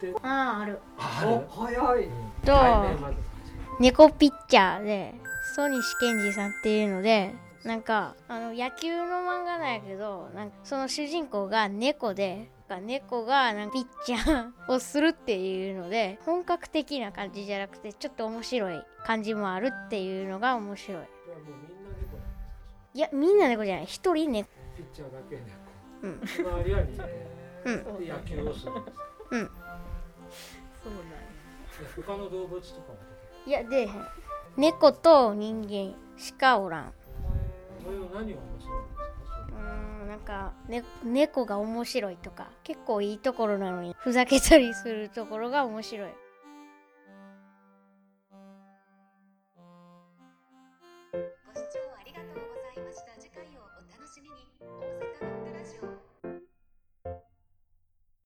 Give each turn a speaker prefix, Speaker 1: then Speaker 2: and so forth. Speaker 1: で
Speaker 2: ああある
Speaker 1: あ
Speaker 3: お早い
Speaker 2: と
Speaker 3: 対面まで
Speaker 2: 猫ピッチャーで曽西健二さんっていうのでなんかあの野球の漫画なんやけどなんかその主人公が猫でなんか猫がなんかピッチャーをするっていうので本格的な感じじゃなくてちょっと面白い感じもあるっていうのが面白い
Speaker 3: いやもうみ
Speaker 2: いやみ
Speaker 3: んな猫
Speaker 2: んな猫じゃない一人猫
Speaker 3: ピッチャーだけ猫
Speaker 2: うん
Speaker 3: その割合に
Speaker 2: うん
Speaker 3: で野球をするんで
Speaker 1: そうなんや
Speaker 3: す他の動物とかも
Speaker 2: いや出えへん猫と人間しかおらん
Speaker 3: それを何を面白いんですか
Speaker 2: うーんなんか、ね、猫が面白いとか結構いいところなのにふざけたりするところが面白い
Speaker 4: ご視聴ありがとうございました。次回をお楽しみに。